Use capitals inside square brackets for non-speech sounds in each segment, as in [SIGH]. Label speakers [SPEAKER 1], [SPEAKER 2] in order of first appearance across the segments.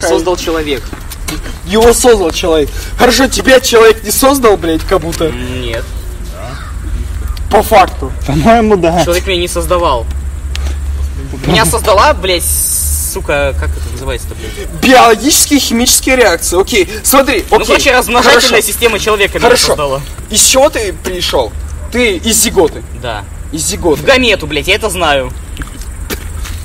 [SPEAKER 1] создал человек.
[SPEAKER 2] Его создал человек. Хорошо, тебя человек не создал, блядь, как будто.
[SPEAKER 1] Нет.
[SPEAKER 2] По факту.
[SPEAKER 3] По-моему, да.
[SPEAKER 1] Человек меня не создавал. А. Меня создала, блядь, сука, как это называется-то, блядь?
[SPEAKER 2] Биологические химические реакции. Окей, смотри, окей.
[SPEAKER 1] Ну, короче, размножательная
[SPEAKER 2] Хорошо.
[SPEAKER 1] система человека меня
[SPEAKER 2] Хорошо.
[SPEAKER 1] создала.
[SPEAKER 2] Из чего ты пришел? Ты из зиготы.
[SPEAKER 1] Да.
[SPEAKER 2] Из
[SPEAKER 1] В
[SPEAKER 2] зиготы.
[SPEAKER 1] Гамету, блядь, я это знаю.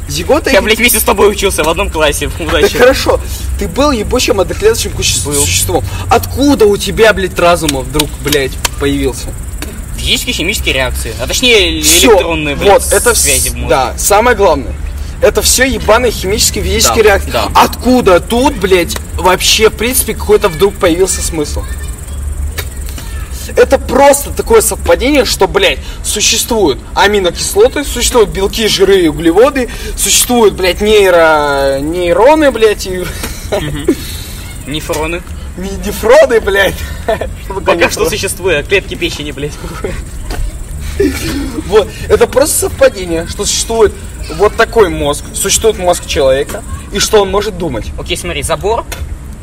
[SPEAKER 2] Зигота
[SPEAKER 1] Я, блядь, вместе с тобой учился в одном классе. [LAUGHS]
[SPEAKER 2] Да
[SPEAKER 1] Удачи.
[SPEAKER 2] хорошо, ты был ебучим одноклеточным куще-
[SPEAKER 1] Был.
[SPEAKER 2] существом. Откуда у тебя, блядь, разума вдруг, блядь, появился?
[SPEAKER 1] Физические, химические реакции. А точнее,
[SPEAKER 2] Всё.
[SPEAKER 1] электронные, блядь,
[SPEAKER 2] вот, это вс-
[SPEAKER 1] связи. мозга.
[SPEAKER 2] Да, самое главное. Это все ебаные химические, физические
[SPEAKER 1] Да,
[SPEAKER 2] реакции.
[SPEAKER 1] да.
[SPEAKER 2] Откуда тут, блядь, вообще, в принципе, какой-то вдруг появился смысл? Это просто такое совпадение, что, блядь, существуют аминокислоты, существуют белки, жиры и углеводы,
[SPEAKER 1] [LAUGHS]
[SPEAKER 2] существуют, блядь, нейро... нейроны, блядь, и [LAUGHS]
[SPEAKER 1] Нефроны.
[SPEAKER 2] нефроны, блядь. [LAUGHS] Чтобы
[SPEAKER 1] Пока
[SPEAKER 2] конец
[SPEAKER 1] что существует. Клетки печени, блядь.
[SPEAKER 2] Вот. Это просто совпадение, что существует вот такой мозг, существует мозг человека, и что он может думать.
[SPEAKER 1] Окей, смотри, забор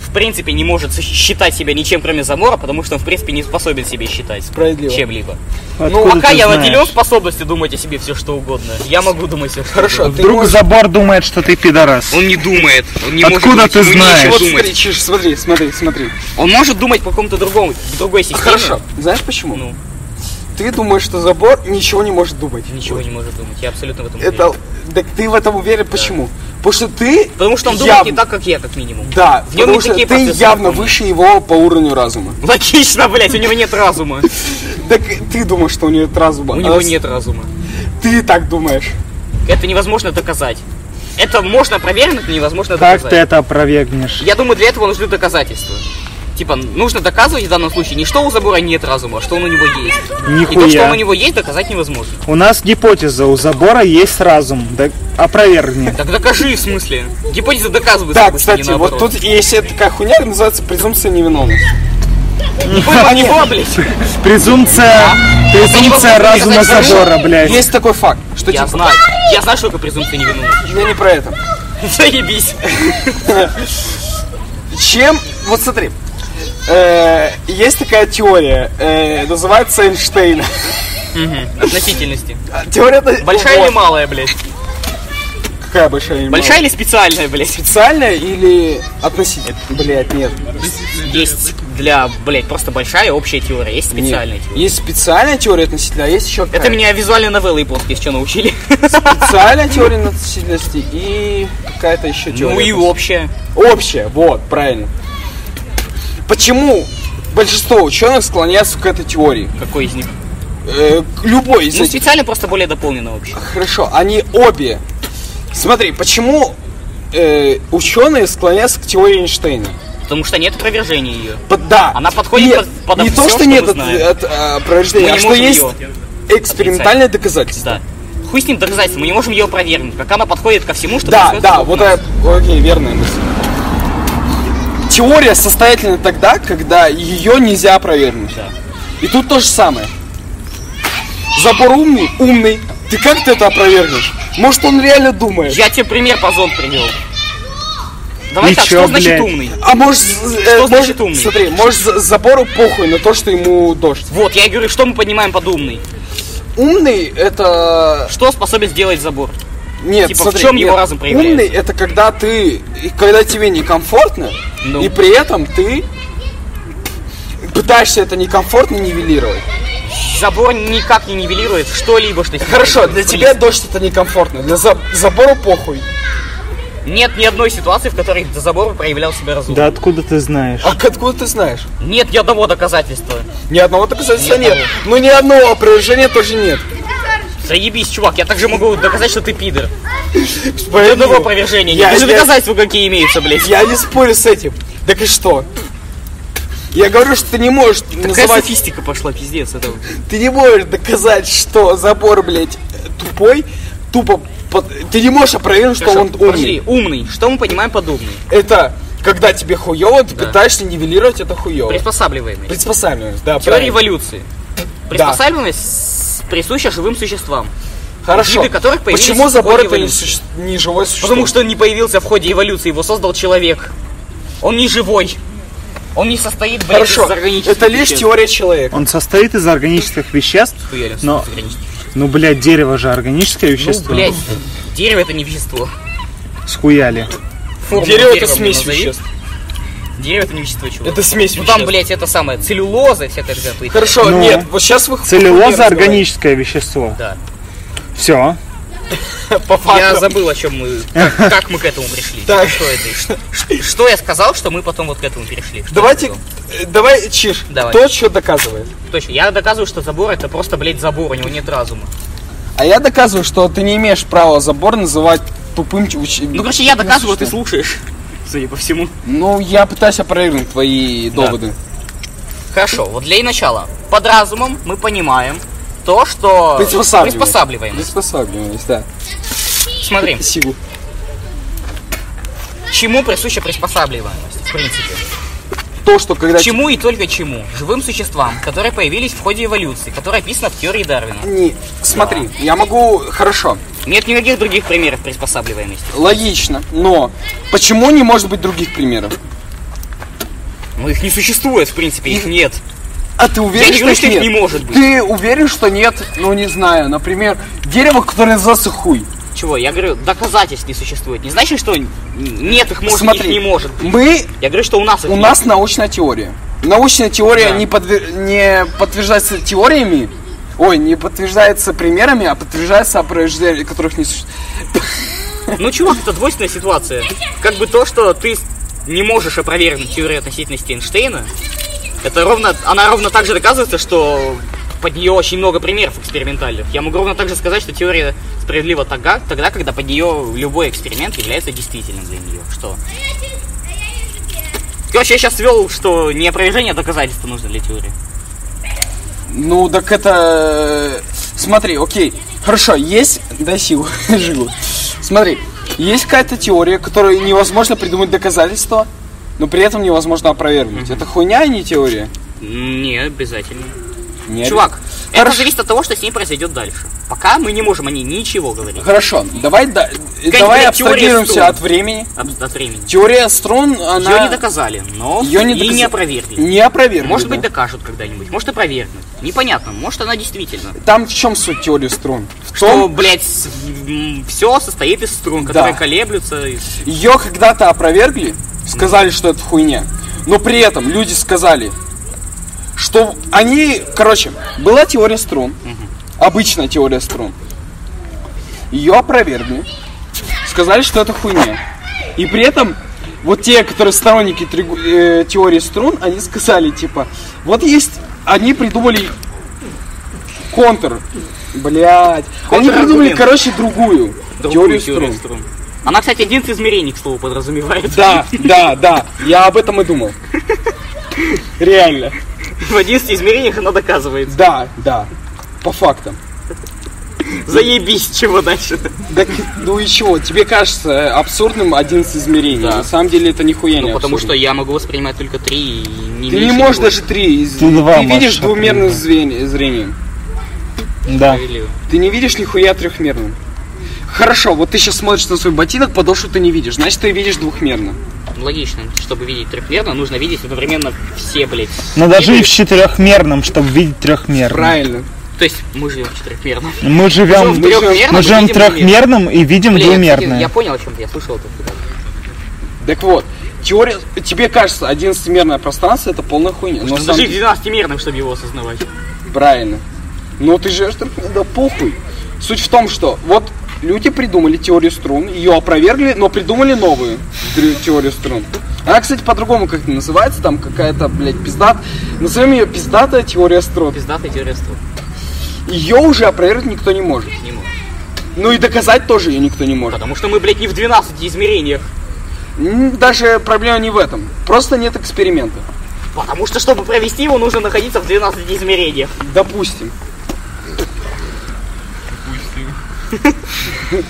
[SPEAKER 1] в принципе не может сосч- считать себя ничем, кроме забора, потому что он в принципе не способен себе считать
[SPEAKER 2] Справедливо.
[SPEAKER 1] чем-либо.
[SPEAKER 3] Откуда
[SPEAKER 1] Ну, Пока
[SPEAKER 3] ты
[SPEAKER 1] я
[SPEAKER 3] знаешь?
[SPEAKER 1] наделен способностью думать о себе все что угодно. Я могу думать все что
[SPEAKER 2] Хорошо,
[SPEAKER 1] угодно.
[SPEAKER 2] ты
[SPEAKER 3] Вдруг
[SPEAKER 2] можешь-
[SPEAKER 3] забор думает, что ты пидорас.
[SPEAKER 1] Он не думает. Он не
[SPEAKER 3] Откуда
[SPEAKER 1] может думать,
[SPEAKER 3] ты
[SPEAKER 1] ему нечего
[SPEAKER 3] знаешь?
[SPEAKER 2] Вот
[SPEAKER 1] думать.
[SPEAKER 2] смотри, Чиж, смотри, смотри, смотри.
[SPEAKER 1] Он может думать по какому-то другому, другой системе.
[SPEAKER 2] Хорошо. Знаешь почему?
[SPEAKER 1] Ну.
[SPEAKER 2] Ты думаешь, что забор ничего не может думать.
[SPEAKER 1] Ничего не может думать. Я абсолютно в этом
[SPEAKER 2] Это...
[SPEAKER 1] уверен.
[SPEAKER 2] Так ты в этом уверен, почему? Потому что ты...
[SPEAKER 1] Потому что он
[SPEAKER 2] яв-
[SPEAKER 1] думает не так, как я, как минимум.
[SPEAKER 2] Да,
[SPEAKER 1] В нем
[SPEAKER 2] потому
[SPEAKER 1] не
[SPEAKER 2] что
[SPEAKER 1] такие
[SPEAKER 2] ты
[SPEAKER 1] процессы
[SPEAKER 2] явно
[SPEAKER 1] знакомы.
[SPEAKER 2] выше его по уровню разума.
[SPEAKER 1] Логично, блядь, у него нет разума.
[SPEAKER 2] Так ты думаешь, что у него нет разума.
[SPEAKER 1] У
[SPEAKER 2] а
[SPEAKER 1] него
[SPEAKER 2] с-
[SPEAKER 1] нет разума.
[SPEAKER 2] Ты так думаешь.
[SPEAKER 1] Это невозможно доказать. Это можно проверить, это невозможно
[SPEAKER 3] Как
[SPEAKER 1] доказать.
[SPEAKER 3] ты это опровергнешь?
[SPEAKER 1] Я думаю, для этого нужны доказательства. Типа, нужно доказывать в данном случае не что у забора нет разума, а что он у него есть. И то, что он у
[SPEAKER 3] Нихуя.
[SPEAKER 1] него есть, доказать невозможно.
[SPEAKER 3] У нас гипотеза, у забора есть разум. Да опровергни.
[SPEAKER 1] Так докажи, в смысле. Гипотеза доказывается.
[SPEAKER 2] Да,
[SPEAKER 1] допустим, не
[SPEAKER 2] кстати, вот
[SPEAKER 1] наоборот.
[SPEAKER 2] тут, если это такая хуйня, это называется презумпция невиновности.
[SPEAKER 1] Ой, по него, а
[SPEAKER 2] [LAUGHS]
[SPEAKER 1] блядь.
[SPEAKER 3] Презумпция, презумпция
[SPEAKER 1] Это не
[SPEAKER 3] разума
[SPEAKER 1] доказать,
[SPEAKER 3] забора, блядь.
[SPEAKER 2] Есть такой факт, что
[SPEAKER 1] Я
[SPEAKER 2] типа,
[SPEAKER 1] знаю. Я знаю, что такое презумпция невиновности. [LAUGHS]
[SPEAKER 2] я не про это.
[SPEAKER 1] Заебись.
[SPEAKER 2] Чем, вот смотри, э, есть такая теория, э, называется Эйнштейна.
[SPEAKER 1] Мгм. Относительности.
[SPEAKER 2] Теория... на-
[SPEAKER 1] Большая
[SPEAKER 2] вот.
[SPEAKER 1] или малая, блядь? Ну.
[SPEAKER 2] Какая большая или
[SPEAKER 1] Большая
[SPEAKER 2] малая?
[SPEAKER 1] или специальная, блядь?
[SPEAKER 2] Специальная или относительно? Блять, нет.
[SPEAKER 1] Есть для, блядь, просто большая общая теория. Есть специальная
[SPEAKER 2] Нет.
[SPEAKER 1] теория.
[SPEAKER 2] Есть специальная теория относительно, а есть еще
[SPEAKER 1] Это меня визуальные новеллы японские еще научили.
[SPEAKER 2] [LAUGHS] Специальная теория относительности и какая-то еще теория.
[SPEAKER 1] Ну и общая.
[SPEAKER 2] Общее, вот, правильно. Почему большинство ученых склоняются к этой теории?
[SPEAKER 1] Какой из них?
[SPEAKER 2] Э, к любой из
[SPEAKER 1] Ну,
[SPEAKER 2] этих.
[SPEAKER 1] специально просто более дополнено общее.
[SPEAKER 2] Хорошо, они обе. Смотри, почему э, ученые склоняются к теории Эйнштейна?
[SPEAKER 1] Потому что нет опровержения ее.
[SPEAKER 2] Под- да.
[SPEAKER 1] Она подходит
[SPEAKER 2] нет,
[SPEAKER 1] под- под
[SPEAKER 2] не
[SPEAKER 1] всё,
[SPEAKER 2] то, что,
[SPEAKER 1] что мы
[SPEAKER 2] нет от,
[SPEAKER 1] знаем.
[SPEAKER 2] от, а, опровержения,
[SPEAKER 1] Мы не
[SPEAKER 2] а что
[SPEAKER 1] можем
[SPEAKER 2] есть
[SPEAKER 1] её
[SPEAKER 2] экспериментальное доказательство.
[SPEAKER 1] Да. Хуй с ним доказательством, мы не можем ее опровергнуть, как она подходит ко всему, что
[SPEAKER 2] Да,
[SPEAKER 1] происходит
[SPEAKER 2] да,
[SPEAKER 1] вокруг
[SPEAKER 2] вот
[SPEAKER 1] нас.
[SPEAKER 2] это, окей, верная мысль. Теория состоятельна тогда, когда ее нельзя опровергнуть.
[SPEAKER 1] Да.
[SPEAKER 2] И тут то же самое. Забор умный, умный. Ты как ты это опровергнешь? Может, он реально думает?
[SPEAKER 1] Я тебе пример по зон привел. Давай так,
[SPEAKER 3] Ничего,
[SPEAKER 1] что значит
[SPEAKER 3] блядь.
[SPEAKER 1] умный?
[SPEAKER 2] А может,
[SPEAKER 1] значит
[SPEAKER 2] может
[SPEAKER 1] умный?
[SPEAKER 2] смотри, может за- забору похуй на то, что ему дождь.
[SPEAKER 1] Вот, я и говорю, что мы поднимаем под умный?
[SPEAKER 2] Умный это
[SPEAKER 1] Что способен сделать забор?
[SPEAKER 2] нет,
[SPEAKER 1] Типа, в
[SPEAKER 2] смотри,
[SPEAKER 1] чем его
[SPEAKER 2] нет.
[SPEAKER 1] разум проявляется?
[SPEAKER 2] Умный это когда ты, и когда тебе некомфортно,
[SPEAKER 1] Ну.
[SPEAKER 2] и при этом ты пытаешься это некомфортно нивелировать.
[SPEAKER 1] Забор никак не нивелирует что-либо, что... с ним
[SPEAKER 2] Хорошо, для
[SPEAKER 1] происходит.
[SPEAKER 2] тебя дождь это некомфортно, для за- забора похуй.
[SPEAKER 1] Нет ни одной ситуации, в которой до забора проявлял себя разум.
[SPEAKER 3] Да откуда ты знаешь?
[SPEAKER 2] А откуда ты знаешь?
[SPEAKER 1] Нет ни одного доказательства.
[SPEAKER 2] Ни одного доказательства
[SPEAKER 1] Ни
[SPEAKER 2] нет.
[SPEAKER 1] одного.
[SPEAKER 2] Ну ни одного опровержения тоже нет.
[SPEAKER 1] Заебись, чувак, я также могу доказать, что ты пидор.
[SPEAKER 2] Ни
[SPEAKER 1] Одного опровержения.
[SPEAKER 2] Я,
[SPEAKER 1] нет. Даже
[SPEAKER 2] я-
[SPEAKER 1] доказательства какие имеются, блядь.
[SPEAKER 2] я не спорю с этим. Так и что? Я говорю, что ты не можешь
[SPEAKER 1] Какая
[SPEAKER 2] называть,
[SPEAKER 1] софистика Ну, пошла, пиздец, это...
[SPEAKER 2] ты не можешь доказать, что забор, блядь, тупой, тупо, под- ты не можешь опровергнуть, что
[SPEAKER 1] Хорошо,
[SPEAKER 2] он умный.
[SPEAKER 1] подожди, умный. Что мы понимаем под умный?
[SPEAKER 2] Это когда тебе хуёво, ты
[SPEAKER 1] Да.
[SPEAKER 2] пытаешься нивелировать это хуёво.
[SPEAKER 1] Приспосабливаемый.
[SPEAKER 2] Приспосабливаемость, да,
[SPEAKER 1] Теория
[SPEAKER 2] правильно.
[SPEAKER 1] эволюции. Приспосабливаемость с- присуща живым существам.
[SPEAKER 2] Хорошо.
[SPEAKER 1] виды которых появились
[SPEAKER 2] Почему
[SPEAKER 1] в
[SPEAKER 2] забор
[SPEAKER 1] ходе
[SPEAKER 2] это не,
[SPEAKER 1] эволюции.
[SPEAKER 2] суще- не живое существо?
[SPEAKER 1] Потому что он не появился в ходе эволюции, его создал человек. Он не живой. Он не состоит, блядь,
[SPEAKER 2] Хорошо,
[SPEAKER 1] из органических
[SPEAKER 2] это лишь
[SPEAKER 1] веществ.
[SPEAKER 2] теория человека.
[SPEAKER 3] Он состоит из органических веществ,
[SPEAKER 1] Хуярим,
[SPEAKER 3] но-
[SPEAKER 1] с органических.
[SPEAKER 3] ну, блядь, дерево же органическое вещество.
[SPEAKER 1] Ну, блядь, дерево это не вещество.
[SPEAKER 3] Схуяли.
[SPEAKER 1] Форму
[SPEAKER 2] Дерево это
[SPEAKER 1] дерева
[SPEAKER 2] смесь
[SPEAKER 1] назови.
[SPEAKER 2] веществ.
[SPEAKER 1] Дерево это не вещество, чувак.
[SPEAKER 2] Это смесь
[SPEAKER 1] Ну там,
[SPEAKER 2] веществ.
[SPEAKER 1] блядь, это самое, целлюлоза и всякая жопа.
[SPEAKER 2] Хорошо,
[SPEAKER 3] Ну.
[SPEAKER 2] нет, вот сейчас вы хуйню
[SPEAKER 3] Целлюлоза
[SPEAKER 2] разговариваете.
[SPEAKER 3] органическое вещество.
[SPEAKER 1] Да.
[SPEAKER 3] Все.
[SPEAKER 2] По
[SPEAKER 1] Я
[SPEAKER 2] факту.
[SPEAKER 1] забыл, о чем мы,
[SPEAKER 2] [LAUGHS]
[SPEAKER 1] как, как мы к этому пришли.
[SPEAKER 2] Так.
[SPEAKER 1] Что это? и Что, ш- что я сказал, что мы потом вот к этому перешли? Что
[SPEAKER 2] Давайте,
[SPEAKER 1] я сказал?
[SPEAKER 2] э, давай, Чиш,
[SPEAKER 1] Давай.
[SPEAKER 2] кто что доказывает?
[SPEAKER 1] Точно, я доказываю, что забор это просто, блядь, забор, у него нет разума.
[SPEAKER 2] А я доказываю, что ты не имеешь права забор называть тупым
[SPEAKER 1] Ну,
[SPEAKER 2] учителем.
[SPEAKER 1] короче, я доказываю,
[SPEAKER 2] что?
[SPEAKER 1] ты слушаешь. Судя по всему.
[SPEAKER 2] Ну, я пытаюсь опровергнуть твои доводы.
[SPEAKER 1] Хорошо, вот для и начала. Под разумом мы понимаем то, что...
[SPEAKER 2] Приспосабливаем.
[SPEAKER 1] Приспосабливаем.
[SPEAKER 2] Приспосабливаюсь, да.
[SPEAKER 1] Смотри,
[SPEAKER 2] Спасибо.
[SPEAKER 1] чему присуща приспосабливаемость, в принципе.
[SPEAKER 2] То, что когда...
[SPEAKER 1] Чему и только чему. Живым существам, которые появились в ходе эволюции, которая описана в теории Дарвина.
[SPEAKER 2] Не, смотри, я могу... Хорошо,
[SPEAKER 1] Нет никаких других примеров приспосабливаемости.
[SPEAKER 2] логично, но почему не может быть других примеров?
[SPEAKER 1] Ну, их не существует, в принципе, их нет.
[SPEAKER 2] А ты уверен,
[SPEAKER 1] Я не говорю,
[SPEAKER 2] что
[SPEAKER 1] что
[SPEAKER 2] их
[SPEAKER 1] их
[SPEAKER 2] нет?
[SPEAKER 1] не может быть.
[SPEAKER 2] Ты уверен, что нет? Ну, не знаю. Например, дерево, которое засухуй.
[SPEAKER 1] Чего? Я говорю, доказательств не существует. Не значит, что н- нет их может,
[SPEAKER 2] Смотри,
[SPEAKER 1] их не может.
[SPEAKER 2] Мы
[SPEAKER 1] Я говорю, что у нас их
[SPEAKER 2] У
[SPEAKER 1] нет.
[SPEAKER 2] нас научная теория. Научная теория
[SPEAKER 1] Да.
[SPEAKER 2] не, подвер- не подтверждается теориями, ой, не подтверждается примерами, а подтверждается опровержениями, которых не существует.
[SPEAKER 1] Ну, чувак, это двойственная ситуация. Как бы то, что ты с- не можешь опровергнуть теорию относительности Эйнштейна, это ровно, она ровно так же доказывается, что под нее очень много примеров экспериментальных. Я могу ровно так же сказать, что теория справедлива тогда, тогда когда под нее любой эксперимент является действительным для нее. Что? Короче, я сейчас вел, что не опровержение, а доказательство нужно для теории.
[SPEAKER 2] Ну, так это... э, Смотри, окей. Хорошо, есть... Дай силу, [LAUGHS] живу. Смотри, есть какая-то теория, которую невозможно придумать доказательства, но при этом невозможно опровергнуть. Это хуйня, а не теория?
[SPEAKER 1] Не обязательно.
[SPEAKER 2] Нет.
[SPEAKER 1] Чувак, это
[SPEAKER 2] Хорошо.
[SPEAKER 1] зависит от того, что с ней произойдет дальше. Пока мы не можем о ней ничего говорить.
[SPEAKER 2] Хорошо, давай, да, давай
[SPEAKER 1] теория
[SPEAKER 2] абстрагируемся
[SPEAKER 1] струн.
[SPEAKER 2] от времени.
[SPEAKER 1] От, от времени.
[SPEAKER 2] Теория струн, она...
[SPEAKER 1] Ее не доказали, но
[SPEAKER 2] Её не
[SPEAKER 1] и
[SPEAKER 2] доказа-
[SPEAKER 1] не опровергли.
[SPEAKER 2] Не опровергнуть.
[SPEAKER 1] Может быть,
[SPEAKER 2] да.
[SPEAKER 1] докажут когда-нибудь, может опровергнут. Непонятно, может она действительно.
[SPEAKER 2] Там в чем суть теории струн? В
[SPEAKER 1] Что,
[SPEAKER 2] том,
[SPEAKER 1] блядь, все состоит из струн, которые колеблются. и-
[SPEAKER 2] ее когда-то опровергли, сказали, что это хуйня. Но при этом люди сказали, что они... Короче, была теория струн. Обычная теория струн. Ее опровергли. Сказали, что это хуйня. И при этом вот те, которые сторонники тригу- э, теории струн, они сказали, типа, вот есть... Они придумали контр. Блять. Они
[SPEAKER 1] Контраргумент.
[SPEAKER 2] придумали, короче, другую,
[SPEAKER 1] Другую
[SPEAKER 2] теорию струн.
[SPEAKER 1] струн. Она, кстати, 11 измерений, к слову, подразумевает.
[SPEAKER 2] Да, да, да. Я об этом и думал. Реально.
[SPEAKER 1] [LAUGHS] В 11 измерениях она доказывается.
[SPEAKER 2] Да, да. По фактам.
[SPEAKER 1] Заебись, чего дальше?
[SPEAKER 2] Так, ну и чего? Тебе кажется э, абсурдным 11 измерений.
[SPEAKER 1] Да.
[SPEAKER 2] На самом деле это нихуя не
[SPEAKER 1] Ну, потому что
[SPEAKER 2] абсурдно.
[SPEAKER 1] я могу воспринимать только 3 и не
[SPEAKER 2] Ты не
[SPEAKER 1] меньше,
[SPEAKER 2] можешь
[SPEAKER 1] больше.
[SPEAKER 2] даже три из...
[SPEAKER 3] Ты два можешь
[SPEAKER 2] видишь двумерным зрени- зрением.
[SPEAKER 3] Да.
[SPEAKER 1] Или-
[SPEAKER 2] Ты не видишь нихуя трехмерным. Хорошо, вот ты сейчас смотришь на свой ботинок, подошву ты не видишь. Значит, ты видишь двухмерно.
[SPEAKER 1] Логично, чтобы видеть трехмерно, нужно видеть одновременно все, блядь.
[SPEAKER 3] Но даже и в четырехмерном, чтобы видеть трехмерно.
[SPEAKER 2] Правильно.
[SPEAKER 1] То есть мы живем в четырехмерном. Мы
[SPEAKER 3] Мы живем,
[SPEAKER 1] живем в
[SPEAKER 3] мы
[SPEAKER 1] трехмерном,
[SPEAKER 3] живем в
[SPEAKER 1] видим двумерное.
[SPEAKER 3] трехмерном и видим
[SPEAKER 1] Блин, я, кстати,
[SPEAKER 3] двумерное.
[SPEAKER 1] я понял, о чем ты, я слышал это.
[SPEAKER 2] Так вот, теория... Тебе кажется, 11-мерное пространство это полная хуйня. Но на самом
[SPEAKER 1] Даже
[SPEAKER 2] деле-
[SPEAKER 1] в 12-мерном, чтобы его осознавать.
[SPEAKER 2] Правильно. Но ну ты же да похуй. Суть в том, что вот люди придумали теорию струн, ее опровергли, но придумали новую тре- теорию струн. Она, кстати, по-другому как-то называется, там какая-то, блядь, пиздат. Назовем ее пиздатая теория струн.
[SPEAKER 1] Пиздатый террористов.
[SPEAKER 2] Ее уже опровергнуть никто не может.
[SPEAKER 1] Не могу.
[SPEAKER 2] Ну и доказать тоже ее никто не может.
[SPEAKER 1] Потому что мы, блядь, не в 12 измерениях.
[SPEAKER 2] М, Даже проблема не в этом. Просто нет эксперимента.
[SPEAKER 1] Потому что, чтобы провести его, нужно находиться в 12 измерениях.
[SPEAKER 2] Допустим. [LAUGHS]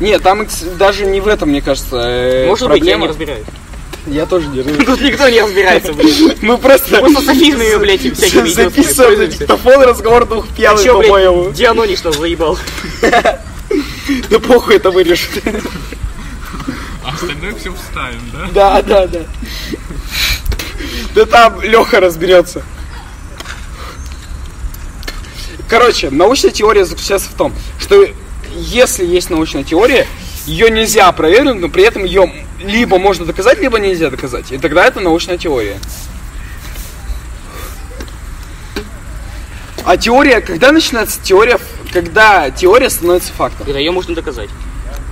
[SPEAKER 2] Нет, там экс- даже не в этом, мне кажется, э,
[SPEAKER 1] Может быть, я не
[SPEAKER 2] проблема.
[SPEAKER 1] разбираюсь. [LAUGHS]
[SPEAKER 2] я, тоже не разбираюсь.
[SPEAKER 1] Тут никто не разбирается, [LAUGHS] блядь.
[SPEAKER 2] Мы просто...
[SPEAKER 1] Просто [LAUGHS] с афильными, блядь, и
[SPEAKER 2] [LAUGHS]
[SPEAKER 1] всякими идиотами
[SPEAKER 2] Записываем на
[SPEAKER 1] пользуемся.
[SPEAKER 2] диктофон разговор двух
[SPEAKER 1] А
[SPEAKER 2] пьяных,
[SPEAKER 1] чё,
[SPEAKER 2] по-моему.
[SPEAKER 1] блядь, Дианони что заебал?
[SPEAKER 2] Да похуй это вырежет.
[SPEAKER 4] А Остальное все вставим, да?
[SPEAKER 2] Да, да, да. Да там Леха разберется. Короче, научная теория заключается в том, что если есть научная теория, ее нельзя проверить, но при этом ее либо можно доказать, либо нельзя доказать. И тогда это научная теория. А теория, когда начинается теория, когда теория становится фактом?
[SPEAKER 1] Когда ее можно доказать.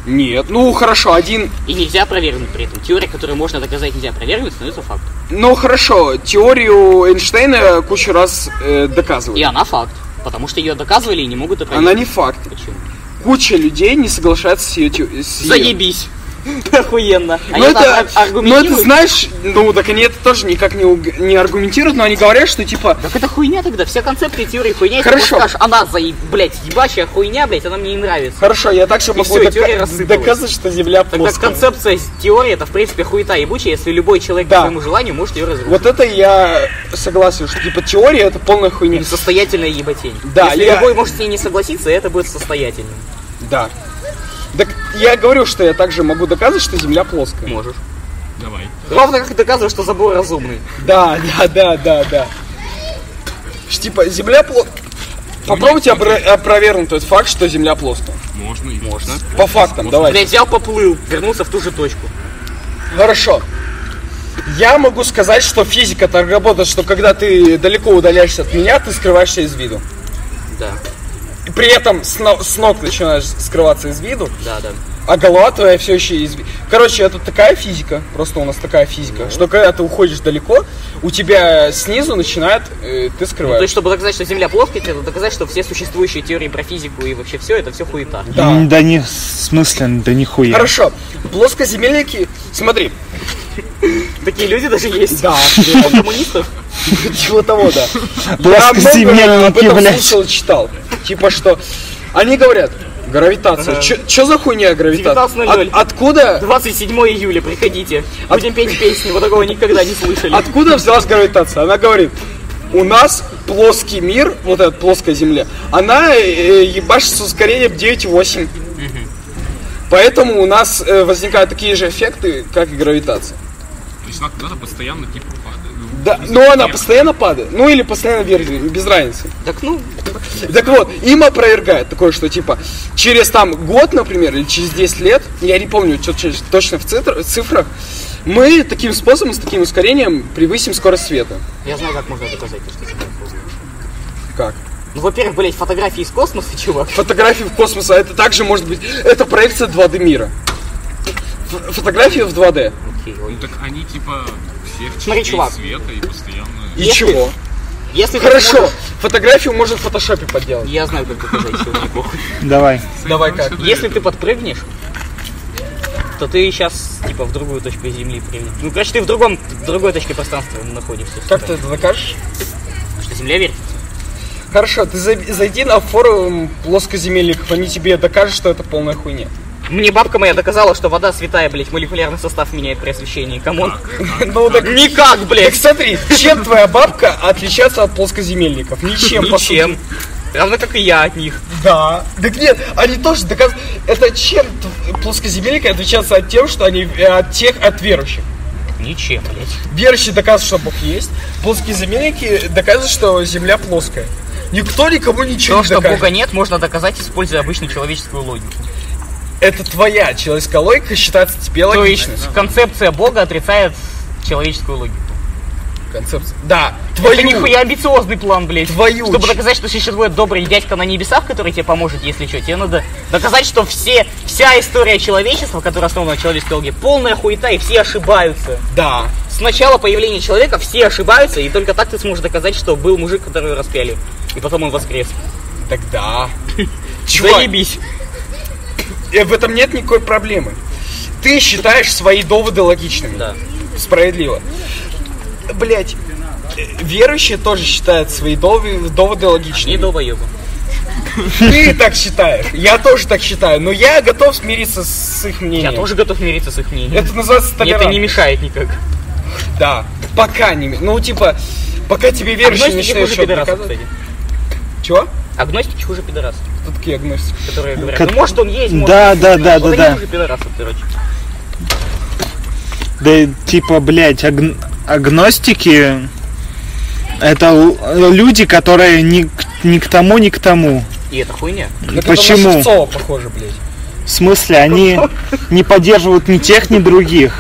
[SPEAKER 2] Нет, ну хорошо, один
[SPEAKER 1] И нельзя провернуть при этом. Теория, которую можно доказать, нельзя провернуть, становится фактом.
[SPEAKER 2] Ну хорошо, теорию Эйнштейна кучу раз э,
[SPEAKER 1] И
[SPEAKER 2] доказывали.
[SPEAKER 1] она факт. Потому что ее доказывали и не могут опровергнуть.
[SPEAKER 2] Она не факт.
[SPEAKER 1] Почему?
[SPEAKER 2] Куча людей не соглашается с ее теорией.
[SPEAKER 1] Заебись. [LAUGHS] Охуенно.
[SPEAKER 2] Ну
[SPEAKER 1] Они там
[SPEAKER 2] это,
[SPEAKER 1] ар-
[SPEAKER 2] ну это
[SPEAKER 1] аргументируют.
[SPEAKER 2] знаешь, ну так они это тоже никак не, уг- не аргументируют, но они говорят, что типа,
[SPEAKER 1] Так это хуйня тогда, вся концепция теории хуйня. Если ты
[SPEAKER 2] Хорошо.
[SPEAKER 1] скажешь, она, за, блядь, ебачая хуйня, блядь, она мне не нравится.
[SPEAKER 2] хорошо, я так же могу
[SPEAKER 1] всё, и
[SPEAKER 2] дока-
[SPEAKER 1] теория рассыпалась.
[SPEAKER 2] доказывать, что Земля
[SPEAKER 1] Тогда
[SPEAKER 2] плоская.
[SPEAKER 1] концепция с- теории это в принципе хуета ебучая, если любой человек
[SPEAKER 2] Да.
[SPEAKER 1] по своему желанию может ее разрушить.
[SPEAKER 2] Вот это я согласен, что типа теория это полная хуйня.
[SPEAKER 1] Состоятельная ебатень.
[SPEAKER 2] Да,
[SPEAKER 1] если
[SPEAKER 2] я-
[SPEAKER 1] любой может с ней не согласиться, это будет состоятельным.
[SPEAKER 2] Да. Так я говорю, что я также могу доказывать, что Земля плоская.
[SPEAKER 1] Можешь.
[SPEAKER 4] Давай.
[SPEAKER 1] Ровно как доказываешь, что забор разумный.
[SPEAKER 2] Да, да, да, да, да. Ж Типа, земля плоская. Попробуйте опро- опровергнуть тот факт, что земля плоская.
[SPEAKER 4] Можно и можно.
[SPEAKER 2] По фактам, давайте.
[SPEAKER 1] Блядь, взял, поплыл, вернулся в ту же точку.
[SPEAKER 2] Хорошо. Я могу сказать, что физика так работает, что когда ты далеко удаляешься от меня, ты скрываешься из виду.
[SPEAKER 1] Да,
[SPEAKER 2] И при этом с, но- с ног начинаешь скрываться из виду,
[SPEAKER 1] да, да.
[SPEAKER 2] а голова твоя все еще из ви- Короче, это такая физика, просто у нас такая
[SPEAKER 4] Ну.
[SPEAKER 2] физика, что когда ты уходишь далеко, у тебя снизу начинает, э, ты
[SPEAKER 1] То
[SPEAKER 2] скрываешься.
[SPEAKER 1] есть, чтобы доказать, что Земля плоская, тебе надо доказать, что все существующие теории про физику и вообще все, это все хуета.
[SPEAKER 2] Да.
[SPEAKER 3] М, Да не, в смысле, да нихуя.
[SPEAKER 2] Хорошо. Плоскоземельники, смотри. [LAUGHS]
[SPEAKER 1] Такие люди даже есть. [LAUGHS]
[SPEAKER 2] Да,
[SPEAKER 1] Типа Коммунистов.
[SPEAKER 2] чего типа того, да. Я много об
[SPEAKER 3] Плоскоземельники,
[SPEAKER 2] этом
[SPEAKER 3] блядь.
[SPEAKER 2] слышал и читал. Типа что, они говорят, гравитация. Что за хуйня гравитация?
[SPEAKER 1] 19:00.
[SPEAKER 2] От- откуда,
[SPEAKER 1] 27 июля, приходите. Будем петь песни, вот такого никогда не слышали.
[SPEAKER 2] откуда взялась гравитация? Она говорит, у нас плоский мир, вот эта плоская земля, она э, ебашит с ускорением 9,8. Поэтому у нас э, возникают такие же эффекты, как и гравитация.
[SPEAKER 4] То есть она куда-то постоянно типа падает.
[SPEAKER 2] Да,
[SPEAKER 5] ну,
[SPEAKER 2] но она постоянно падает. Ну или постоянно вверх, без разницы.
[SPEAKER 1] Так ну,
[SPEAKER 2] Так вот, им опровергает такое, что типа через там год, например, или через 10 лет, я не помню чё- чё- точно в цитр- цифрах, мы таким способом, с таким ускорением превысим скорость света.
[SPEAKER 1] я знаю, как можно доказать, то, что Земля плоская.
[SPEAKER 2] Как?
[SPEAKER 1] Ну, во-первых, блядь, фотографии из космоса, чувак.
[SPEAKER 2] Фотографии в космос, а это также может быть, это проекция 2D мира. Ф- Фотография в 2D.
[SPEAKER 1] Окей, ой.
[SPEAKER 4] Ну так они типа всех
[SPEAKER 1] Смотри,
[SPEAKER 4] частей
[SPEAKER 1] чувак.
[SPEAKER 4] света и постоянно...
[SPEAKER 2] И
[SPEAKER 1] Если-
[SPEAKER 2] чего?
[SPEAKER 1] Если ты
[SPEAKER 2] Хорошо,
[SPEAKER 1] сможешь-
[SPEAKER 2] фотографию можно в фотошопе подделать.
[SPEAKER 1] Я знаю, как доказать сегодня похуй.
[SPEAKER 3] Давай.
[SPEAKER 2] Давай
[SPEAKER 4] Всё
[SPEAKER 2] как?
[SPEAKER 4] это-
[SPEAKER 1] Если ты подпрыгнешь, то ты сейчас, типа, в другую точку Земли прыгнешь. Ну, короче, ты в другом, в другой точке пространства находишься.
[SPEAKER 2] Как ты это докажешь?
[SPEAKER 1] Что Земля верит?
[SPEAKER 2] Хорошо, ты зай- зайди на форум плоскоземельников, они тебе докажут, что это полная хуйня.
[SPEAKER 1] Мне бабка моя доказала, что вода святая, блядь, молекулярный состав меняет при освещении. Камон. [LAUGHS]
[SPEAKER 2] Ну так
[SPEAKER 1] Никак,
[SPEAKER 2] Так
[SPEAKER 1] блядь.
[SPEAKER 2] смотри, чем твоя бабка отличается от плоскоземельников? Ничем, по сути.
[SPEAKER 1] Ничем. Равно как и я от них.
[SPEAKER 2] Да. Так нет, они тоже доказывают. Это чем тв- плоскоземельники отличаются от тем, что они э, от тех, от верующих?
[SPEAKER 1] Ничем, блядь.
[SPEAKER 2] Верующие доказывают, что Бог есть. Плоскоземельники доказывают, что Земля плоская. Никто никому ничего
[SPEAKER 1] То,
[SPEAKER 2] не
[SPEAKER 1] что
[SPEAKER 2] докажет.
[SPEAKER 1] Бога нет, можно доказать, используя обычную человеческую логику.
[SPEAKER 2] Это твоя человеческая логика считается тебе
[SPEAKER 1] То есть
[SPEAKER 2] логичной.
[SPEAKER 1] концепция Бога отрицает человеческую логику.
[SPEAKER 2] Концепция. Да,
[SPEAKER 1] Это
[SPEAKER 2] твою.
[SPEAKER 1] нихуя амбициозный план, блядь.
[SPEAKER 2] Твою
[SPEAKER 1] Чтобы
[SPEAKER 2] ч-
[SPEAKER 1] доказать, что существует добрый дядька на небесах, который тебе поможет, если что, тебе надо доказать, что все, вся история человечества, которая основана на человеческой логике, полная хуета, и все ошибаются.
[SPEAKER 2] Да.
[SPEAKER 1] С начала появления человека все ошибаются, и только так ты сможешь доказать, что был мужик, которого распяли. И потом он воскрес. [LAUGHS]
[SPEAKER 2] Тогда.
[SPEAKER 1] Заебись.
[SPEAKER 2] Э, В этом нет никакой проблемы. Ты считаешь свои доводы логичными.
[SPEAKER 1] Да.
[SPEAKER 2] Справедливо. Блять, верующие тоже считают свои дови- доводы
[SPEAKER 1] Не
[SPEAKER 2] логичными.
[SPEAKER 1] долбоебы.
[SPEAKER 2] Ты так считаешь. Я тоже так считаю. Но я готов смириться с их мнением.
[SPEAKER 1] Я тоже готов мириться с их мнением.
[SPEAKER 2] Это называется
[SPEAKER 1] Мне это не
[SPEAKER 2] толерантность.
[SPEAKER 1] мешает никак.
[SPEAKER 2] Да. Пока не... ми- Ну, типа, пока тебе верующие не
[SPEAKER 1] Агностики
[SPEAKER 2] считают,
[SPEAKER 1] хуже
[SPEAKER 2] что
[SPEAKER 1] пидорасов,
[SPEAKER 2] доказывать.
[SPEAKER 1] кстати.
[SPEAKER 2] Чего?
[SPEAKER 1] Агностики хуже пидорасов,
[SPEAKER 2] Кто такие агностики?
[SPEAKER 1] которые говорят,
[SPEAKER 3] Как-
[SPEAKER 1] ну может он есть, может
[SPEAKER 3] Да,
[SPEAKER 1] он
[SPEAKER 3] да,
[SPEAKER 1] есть».
[SPEAKER 3] да,
[SPEAKER 1] Вот
[SPEAKER 3] да,
[SPEAKER 1] они
[SPEAKER 3] да.
[SPEAKER 1] хуже пидорасов, короче.
[SPEAKER 3] Да и, типа, блядь, агн- агностики это л- люди, которые ни, к- ни к тому, ни к тому.
[SPEAKER 1] И это хуйня.
[SPEAKER 6] Так Это на
[SPEAKER 3] Почему?
[SPEAKER 6] Шевцова похоже, блядь.
[SPEAKER 3] В
[SPEAKER 1] [LAUGHS]
[SPEAKER 3] смысле, они не поддерживают ни тех, ни других.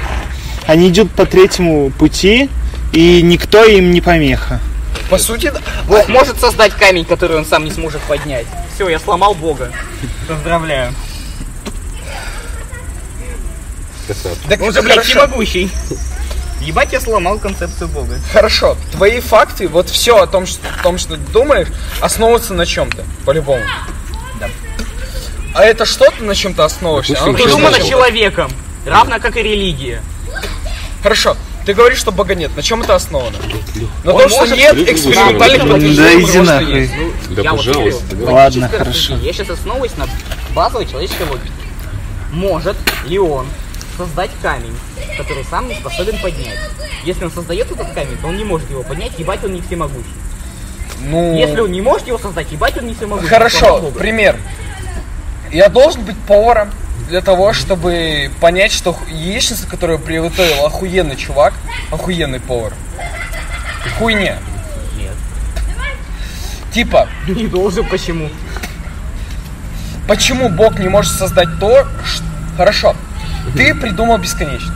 [SPEAKER 3] Они идут по третьему пути, и никто им не помеха.
[SPEAKER 6] По сути, да.
[SPEAKER 1] Бог может создать камень, который он сам не сможет поднять. Все, я сломал Бога. Поздравляю.
[SPEAKER 6] Так,
[SPEAKER 1] Он же, Ну, блядь,
[SPEAKER 6] хорошо,
[SPEAKER 1] всемогущий. Ебать, я сломал концепцию Бога.
[SPEAKER 6] хорошо, твои факты, вот все о том, что, о том, что ты думаешь, основываются на чем-то, по-любому. А это что ты на чем-то основываешься? Оно тоже на
[SPEAKER 1] Придумано
[SPEAKER 6] чём-то.
[SPEAKER 1] человеком, равно как и религия.
[SPEAKER 6] Хорошо, ты говоришь, что бога нет, на чем это основано? На том, что нет экспериментальных
[SPEAKER 1] Да,
[SPEAKER 6] подтверждений того,
[SPEAKER 3] Да иди
[SPEAKER 6] что
[SPEAKER 3] нахуй.
[SPEAKER 6] есть.
[SPEAKER 1] Да
[SPEAKER 4] пожалуйста,
[SPEAKER 3] Ладно, хорошо.
[SPEAKER 1] Я сейчас основываюсь на базовой человеческой логике. Может ли он создать камень, который сам не способен поднять? Если он создает этот камень, то он не может его поднять, ебать он не всемогущий.
[SPEAKER 6] Ну...
[SPEAKER 1] Если он не может его создать, ебать он не всемогущий. Слава
[SPEAKER 6] Хорошо,
[SPEAKER 1] богу.
[SPEAKER 6] пример. Я должен быть поваром для того, чтобы понять, что ху- яичница, которую приготовил охуенный чувак, охуенный повар. Хуйня.
[SPEAKER 1] Нет.
[SPEAKER 6] Типа,
[SPEAKER 1] Не должен, почему?
[SPEAKER 6] почему Бог не может создать то, что... Хорошо, ты придумал бесконечность.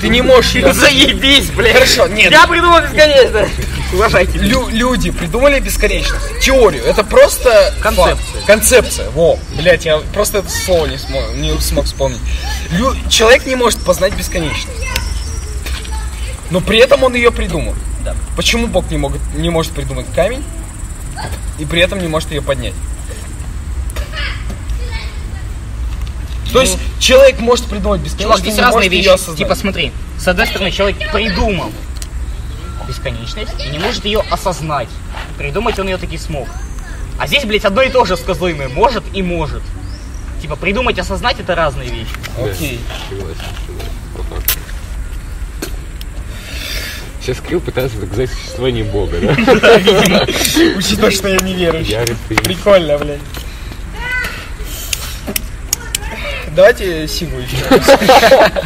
[SPEAKER 6] Ты не можешь... её-
[SPEAKER 1] Заебись, блядь.
[SPEAKER 6] Хорошо, нет.
[SPEAKER 1] Я придумал бесконечно. Уважайте.
[SPEAKER 6] Лю- люди придумали бесконечность. Теорию. Это просто
[SPEAKER 1] Концепция.
[SPEAKER 6] факт. Концепция. Во. Блять, я просто это слово не смог, не смог вспомнить. Лю- человек не может познать бесконечность. Но при этом он ее придумал. Почему Бог не, могут, не может придумать камень и при этом не может ее поднять? То есть человек может придумать
[SPEAKER 1] Чувак,
[SPEAKER 6] бесконечность,
[SPEAKER 1] Ну. здесь
[SPEAKER 6] но не
[SPEAKER 1] разные
[SPEAKER 6] может её
[SPEAKER 1] вещи.
[SPEAKER 6] осознать.
[SPEAKER 1] Типа, смотри, с одной стороны, человек придумал бесконечность и не может ее осознать. Придумать он ее таки смог. А здесь, блядь, одно и то же сказуемое. Может и может. Типа, придумать, осознать это разные вещи.
[SPEAKER 6] Окей.
[SPEAKER 5] Сейчас Крил пытается доказать существование Бога,
[SPEAKER 4] [LAUGHS]
[SPEAKER 5] да?
[SPEAKER 6] Учитывая, что я не верующий.
[SPEAKER 5] Я
[SPEAKER 6] Прикольно, блядь. Давайте Сигу еще. раз.
[SPEAKER 3] [LAUGHS]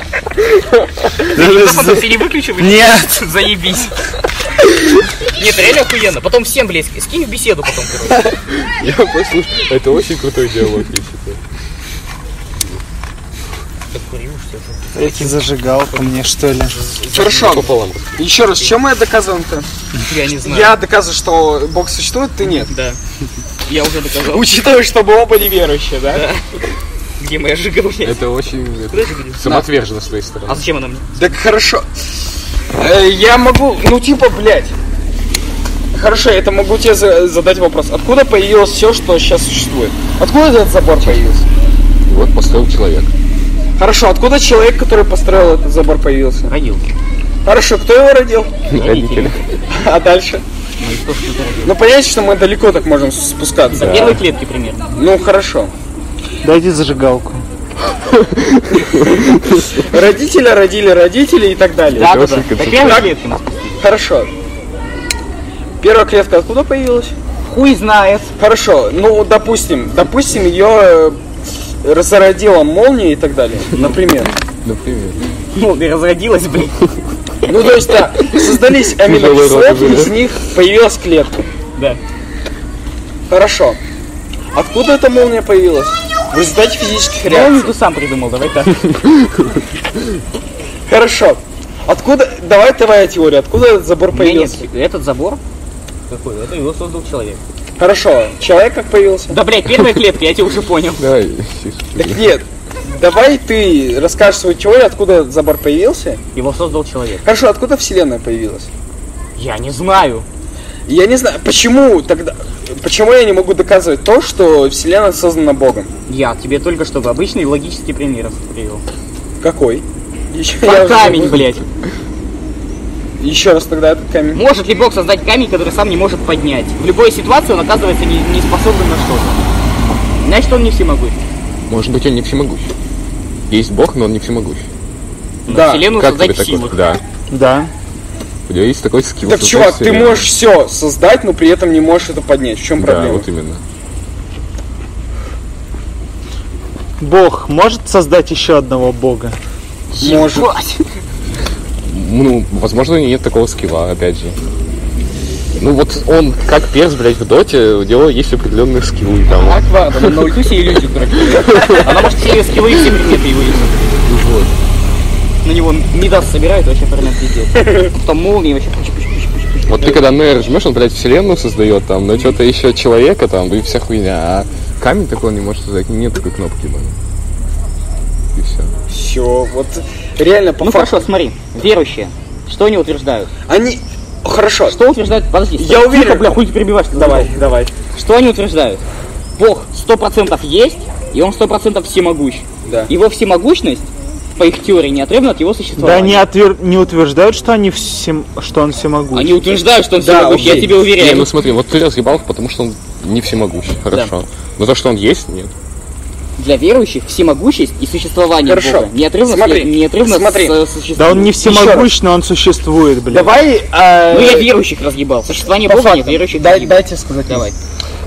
[SPEAKER 1] Да потом все не выключивай.
[SPEAKER 3] Нет!
[SPEAKER 1] [LAUGHS] Заебись. Нет, реально охуенно. Потом всем, блядь, скинь в беседу потом, короче.
[SPEAKER 5] я послушал. Это очень крутой диалог, я считаю.
[SPEAKER 1] Да курю, что это.
[SPEAKER 3] Эти зажигалка мне, что ли?
[SPEAKER 2] Хорошо.
[SPEAKER 5] Пополам.
[SPEAKER 2] Еще раз, чем мы доказываем-то?
[SPEAKER 1] Я не знаю. [LAUGHS]
[SPEAKER 2] Я доказываю, что Бог существует, ты нет.
[SPEAKER 1] Да. Я уже доказал,
[SPEAKER 2] Учитывая, что мы оба неверующие, да?
[SPEAKER 1] где моя жига, блядь.
[SPEAKER 5] Это очень
[SPEAKER 1] Куда
[SPEAKER 5] это,
[SPEAKER 1] же, блядь?
[SPEAKER 5] самоотверженно с твоей
[SPEAKER 1] А
[SPEAKER 5] стороны.
[SPEAKER 1] зачем она мне?
[SPEAKER 2] Так хорошо. Э, Я могу, ну типа, блядь. Хорошо, это могу тебе за- задать вопрос. Откуда появилось все, что сейчас существует? Откуда этот забор появился?
[SPEAKER 5] Вот построил человек.
[SPEAKER 2] Хорошо, откуда человек, который построил этот забор, появился?
[SPEAKER 1] Родил.
[SPEAKER 2] Хорошо, кто его родил? А дальше? Ну, понятно, что мы далеко так можем спускаться.
[SPEAKER 1] Первые клетки примерно.
[SPEAKER 2] Ну, хорошо.
[SPEAKER 3] Дайте зажигалку.
[SPEAKER 2] Родителя родили родители и так далее.
[SPEAKER 1] Да, да, да.
[SPEAKER 5] очень
[SPEAKER 1] Так
[SPEAKER 5] концентрированно.
[SPEAKER 1] первые клетки у нас.
[SPEAKER 2] Хорошо. Первая клетка откуда появилась?
[SPEAKER 1] Хуй знает. [LAUGHS]
[SPEAKER 2] Хорошо, ну допустим, допустим, ее разородила молния и так далее, например.
[SPEAKER 5] Например.
[SPEAKER 1] Ну, и разродилась, блин.
[SPEAKER 2] Ну то есть да, создались аминокислоты, из них появилась клетка.
[SPEAKER 1] Да.
[SPEAKER 2] Хорошо. Откуда эта молния появилась? В результате физических реакций.
[SPEAKER 1] ты сам придумал, давай так.
[SPEAKER 2] Хорошо. Откуда, давай твоя теория, откуда этот забор появился?
[SPEAKER 1] Этот забор, какой, это его создал человек.
[SPEAKER 2] Хорошо, человек как появился?
[SPEAKER 1] Да, блядь, первая клетка, я тебя уже понял.
[SPEAKER 5] Давай.
[SPEAKER 2] Так нет, давай ты расскажешь свою теорию, откуда этот забор появился.
[SPEAKER 1] Его создал человек.
[SPEAKER 2] Хорошо, откуда вселенная появилась?
[SPEAKER 1] Я не знаю.
[SPEAKER 2] Я не знаю, почему тогда... Почему я не могу доказывать то, что Вселенная создана Богом?
[SPEAKER 1] Я тебе только что обычный логический пример привел.
[SPEAKER 2] Какой? Еще,
[SPEAKER 1] Про камень, блядь.
[SPEAKER 2] Еще раз тогда этот камень.
[SPEAKER 1] Может ли Бог создать камень, который сам не может поднять? В любой ситуации он оказывается не, не способен на что-то. Значит, он не всемогущий.
[SPEAKER 5] Может быть, он не всемогущий. Есть Бог, но он не всемогущий.
[SPEAKER 1] Но
[SPEAKER 2] Да,
[SPEAKER 1] Вселенную
[SPEAKER 5] Как тебе
[SPEAKER 1] Ну, создать в
[SPEAKER 5] такое?
[SPEAKER 1] силах.
[SPEAKER 5] Да.
[SPEAKER 3] Да.
[SPEAKER 5] У него есть такой скилл.
[SPEAKER 2] Так,
[SPEAKER 5] создать
[SPEAKER 2] чувак, ты
[SPEAKER 5] вселенную.
[SPEAKER 2] можешь все создать, но при этом не можешь это поднять. В чем
[SPEAKER 5] Да,
[SPEAKER 2] проблема?
[SPEAKER 5] вот именно.
[SPEAKER 3] Бог может создать еще одного бога?
[SPEAKER 2] Может.
[SPEAKER 1] Ебать.
[SPEAKER 5] Ну, возможно, у неё нет такого скилла, опять же. Ну вот он, как перс, блядь, в доте, у него есть определенные скиллы там.
[SPEAKER 2] Акварда, на ультусе и люди дураки.
[SPEAKER 1] Она может все скиллы и все предметы и вывезет. На него Мидас собирает вообще прям пиздец. Там молнии вообще пуч пуч пуч пуч пуч.
[SPEAKER 5] Вот ты когда нейр жмешь, он, блядь, вселенную создает там, но что-то еще человека там, и вся хуйня. А камень такой он не может создать, нет такой кнопки, блин. И все.
[SPEAKER 2] Все, вот реально по
[SPEAKER 1] Ну
[SPEAKER 2] факту.
[SPEAKER 1] хорошо, смотри, верующие. Что они утверждают?
[SPEAKER 2] Они. Хорошо.
[SPEAKER 1] Что утверждают? Подожди,
[SPEAKER 2] Я
[SPEAKER 1] стой.
[SPEAKER 2] уверен.
[SPEAKER 1] Тихо, бля, хуй ты перебиваешь. ты
[SPEAKER 2] Давай,
[SPEAKER 1] забыл.
[SPEAKER 2] давай.
[SPEAKER 1] Что они утверждают? Бог 100% есть, и он 100% всемогущ.
[SPEAKER 2] Да.
[SPEAKER 1] Его всемогущность, по их теории, не от его
[SPEAKER 3] Да они
[SPEAKER 1] существования.
[SPEAKER 3] отвер... не утверждают, что они всем... что он всемогущий.
[SPEAKER 1] Они утверждают, что он
[SPEAKER 2] Да,
[SPEAKER 1] всемогущ, я
[SPEAKER 2] окей.
[SPEAKER 1] тебе
[SPEAKER 5] Не, ну
[SPEAKER 1] уверяю.
[SPEAKER 5] смотри, вот ты разъебал их, потому что он не всемогущий, хорошо. Но то, что он есть, нет.
[SPEAKER 1] Для верующих всемогущесть и существование
[SPEAKER 2] Хорошо.
[SPEAKER 1] Бога неотрывно,
[SPEAKER 2] Смотри,
[SPEAKER 1] неотрывно
[SPEAKER 2] смотри.
[SPEAKER 1] с, э, существует.
[SPEAKER 3] Да он не
[SPEAKER 2] Ещё
[SPEAKER 3] всемогущ, но он существует, блядь.
[SPEAKER 2] Давай. э,
[SPEAKER 1] Ну я верующих разъебал. Существование
[SPEAKER 2] по
[SPEAKER 1] Бога
[SPEAKER 2] фактам.
[SPEAKER 1] нет, верующих
[SPEAKER 2] Дай-
[SPEAKER 1] разъебал.
[SPEAKER 2] Дайте сказать.
[SPEAKER 1] Давай.